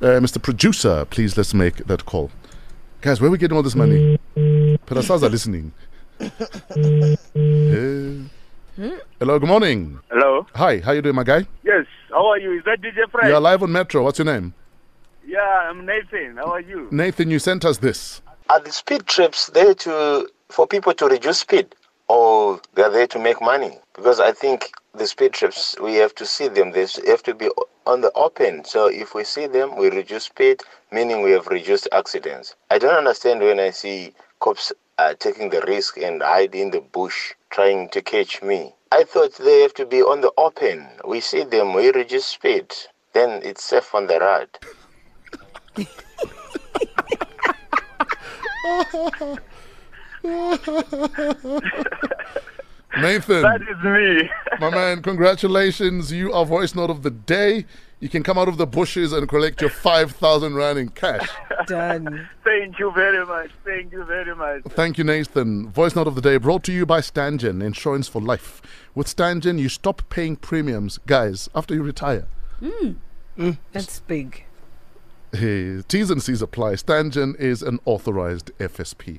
Uh, Mr. Producer, please let's make that call. Guys, where are we getting all this money? Pedasals are listening. Uh, hello, good morning. Hello. Hi, how you doing, my guy? Yes. How are you? Is that DJ Fred? You are live on Metro. What's your name? Yeah, I'm Nathan. How are you? Nathan, you sent us this. Are the speed trips there to for people to reduce speed, or they are there to make money? Because I think the speed trips we have to see them. They have to be on the open. So if we see them, we reduce speed, meaning we have reduced accidents. I don't understand when I see cops uh, taking the risk and hide in the bush trying to catch me. I thought they have to be on the open. We see them, we reduce speed, then it's safe on the road. Nathan, That is me. my man, congratulations. You are voice note of the day. You can come out of the bushes and collect your 5,000 Rand in cash. Done. Thank you very much. Thank you very much. Thank you, Nathan. Voice note of the day brought to you by Stangen, insurance for life. With Stangen, you stop paying premiums, guys, after you retire. That's big. Hey, T's and C's apply. Stangen is an authorized FSP.